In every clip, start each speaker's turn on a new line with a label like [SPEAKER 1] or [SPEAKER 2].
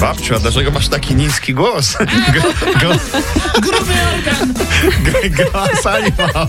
[SPEAKER 1] Babciu, a dlaczego masz taki niski głos? Go- go-
[SPEAKER 2] Gruby organ.
[SPEAKER 1] Głos Animal.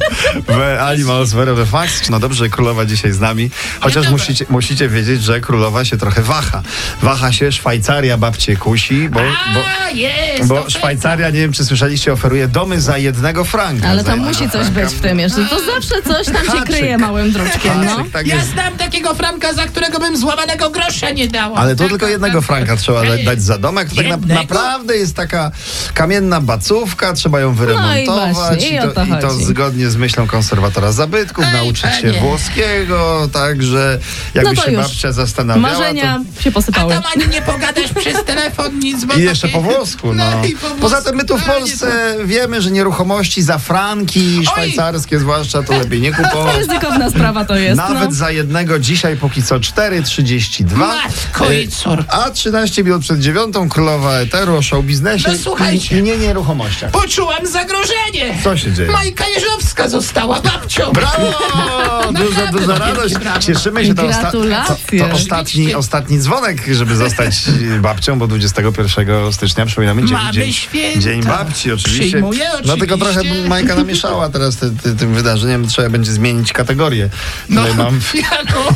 [SPEAKER 1] We Animal Zverowy Fax. No dobrze, że królowa dzisiaj z nami. Chociaż
[SPEAKER 2] Dzień dobry.
[SPEAKER 1] musicie, musicie wiedzieć, że królowa się trochę waha. Waha się, Szwajcaria babcie kusi, bo, bo,
[SPEAKER 2] A, jest.
[SPEAKER 1] bo
[SPEAKER 2] to
[SPEAKER 1] Szwajcaria, nie wiem czy słyszeliście, oferuje domy za jednego franka.
[SPEAKER 3] Ale
[SPEAKER 1] Za
[SPEAKER 3] tam
[SPEAKER 1] jednego
[SPEAKER 3] musi coś
[SPEAKER 1] franka.
[SPEAKER 3] być w tym jeszcze. To zawsze coś tam się
[SPEAKER 1] Haczyk.
[SPEAKER 3] kryje małym druczkiem, no.
[SPEAKER 1] Haczyk, tak
[SPEAKER 2] Ja
[SPEAKER 1] jest.
[SPEAKER 2] znam takiego Franka, za którego bym złamanego grosza nie dała. Tak,
[SPEAKER 1] Ale to
[SPEAKER 2] Taka-
[SPEAKER 1] tylko jednego franka trzeba da-
[SPEAKER 2] Ej,
[SPEAKER 1] dać za domek. To tak na,
[SPEAKER 2] Jednego?
[SPEAKER 1] naprawdę jest taka kamienna bacówka, trzeba ją wyremontować.
[SPEAKER 3] właśnie, No i o
[SPEAKER 1] to,
[SPEAKER 3] to
[SPEAKER 1] I to
[SPEAKER 3] chodzi.
[SPEAKER 1] zgodnie z myślą konserwatora zabytków,
[SPEAKER 2] Ej,
[SPEAKER 1] nauczyć się
[SPEAKER 2] panie.
[SPEAKER 1] włoskiego, także jakby
[SPEAKER 3] No to
[SPEAKER 1] się
[SPEAKER 3] już.
[SPEAKER 1] babcia zastanawiała,
[SPEAKER 3] Marzenia się
[SPEAKER 2] A
[SPEAKER 3] posypały.
[SPEAKER 2] tam ani nie pogadasz przez telefon, nic bo
[SPEAKER 1] to... I jeszcze po
[SPEAKER 2] takie-
[SPEAKER 1] włosku, no.
[SPEAKER 2] i po włosku.
[SPEAKER 1] Poza tym my tu w
[SPEAKER 2] A, nie,
[SPEAKER 1] Polsce wiemy, że nieruchomości za franki szwajcarskie zwłaszcza to lepiej nie
[SPEAKER 3] To
[SPEAKER 1] kupować.
[SPEAKER 3] językowna sprawa to jest, no.
[SPEAKER 1] Nawet za jednego dzisiaj póki co 4,32.
[SPEAKER 2] Matko i
[SPEAKER 1] Y,
[SPEAKER 2] córko.
[SPEAKER 1] A 13 minut przed dziewiątą królowa eteru o show biznesie
[SPEAKER 2] No słuchajcie.
[SPEAKER 1] i nie nieruchomościach.
[SPEAKER 2] Poczułam zagrożenie.
[SPEAKER 1] Co się dzieje?
[SPEAKER 2] Majka Jeżowska została babcią.
[SPEAKER 1] Brawo! Duża,
[SPEAKER 2] Naprawdę, no,
[SPEAKER 1] duża
[SPEAKER 2] wielkie
[SPEAKER 1] radość.
[SPEAKER 2] brawo.
[SPEAKER 1] Cieszymy się. To, osta-
[SPEAKER 3] Gratulacje.
[SPEAKER 1] to, to ostatni,
[SPEAKER 2] Oczywiście.
[SPEAKER 1] ostatni dzwonek, żeby zostać y, babcią, bo 21 stycznia przypominamy dzień,
[SPEAKER 2] Mamy
[SPEAKER 1] dzień,
[SPEAKER 2] święta.
[SPEAKER 1] dzień babci oczywiście.
[SPEAKER 2] Przyjmuję
[SPEAKER 1] No tylko trochę
[SPEAKER 2] oczywiście.
[SPEAKER 1] Majka namieszała teraz ty, ty, tym wydarzeniem. Trzeba będzie zmienić kategorię. No, mam,
[SPEAKER 2] Jako,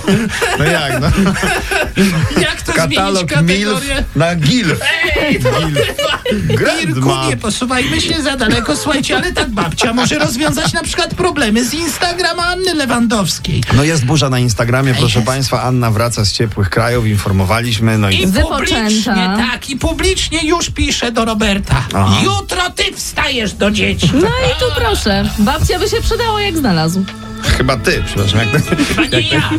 [SPEAKER 1] no jak? No.
[SPEAKER 2] jak to zmienić
[SPEAKER 1] Katalog MILF
[SPEAKER 2] kategorię?
[SPEAKER 1] na GILF.
[SPEAKER 2] Ej, to Irku,
[SPEAKER 1] Grandma.
[SPEAKER 2] nie posuwajmy się za daleko, słuchajcie, ale tak babcia może rozwiązać na przykład problemy z Instagrama Anny Lewandowskiej.
[SPEAKER 1] No jest burza na Instagramie, proszę
[SPEAKER 2] jest.
[SPEAKER 1] Państwa. Anna wraca z ciepłych krajów, informowaliśmy. No
[SPEAKER 2] I
[SPEAKER 1] i
[SPEAKER 3] Wypoczęta.
[SPEAKER 2] publicznie, tak, i publicznie już pisze do Roberta.
[SPEAKER 1] Aha.
[SPEAKER 2] Jutro ty wstajesz do dzieci.
[SPEAKER 3] No i tu proszę, babcia by się przydała jak znalazł.
[SPEAKER 1] chyba ty, przepraszam, jak to,
[SPEAKER 2] A nie ja.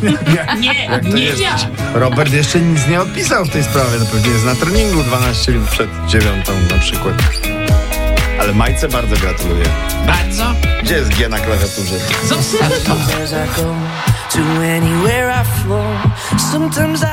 [SPEAKER 2] Nie,
[SPEAKER 1] to
[SPEAKER 2] nie
[SPEAKER 1] jest.
[SPEAKER 2] ja.
[SPEAKER 1] Robert jeszcze nic nie odpisał w tej sprawie. No pewnie jest na treningu 12 minut przed dziewiątą na przykład. Ale Majce bardzo gratuluję.
[SPEAKER 2] Bardzo.
[SPEAKER 1] Gdzie jest G na klawiaturze?
[SPEAKER 2] Zostaw to.
[SPEAKER 4] Sometimes I go to anywhere I flow. Sometimes I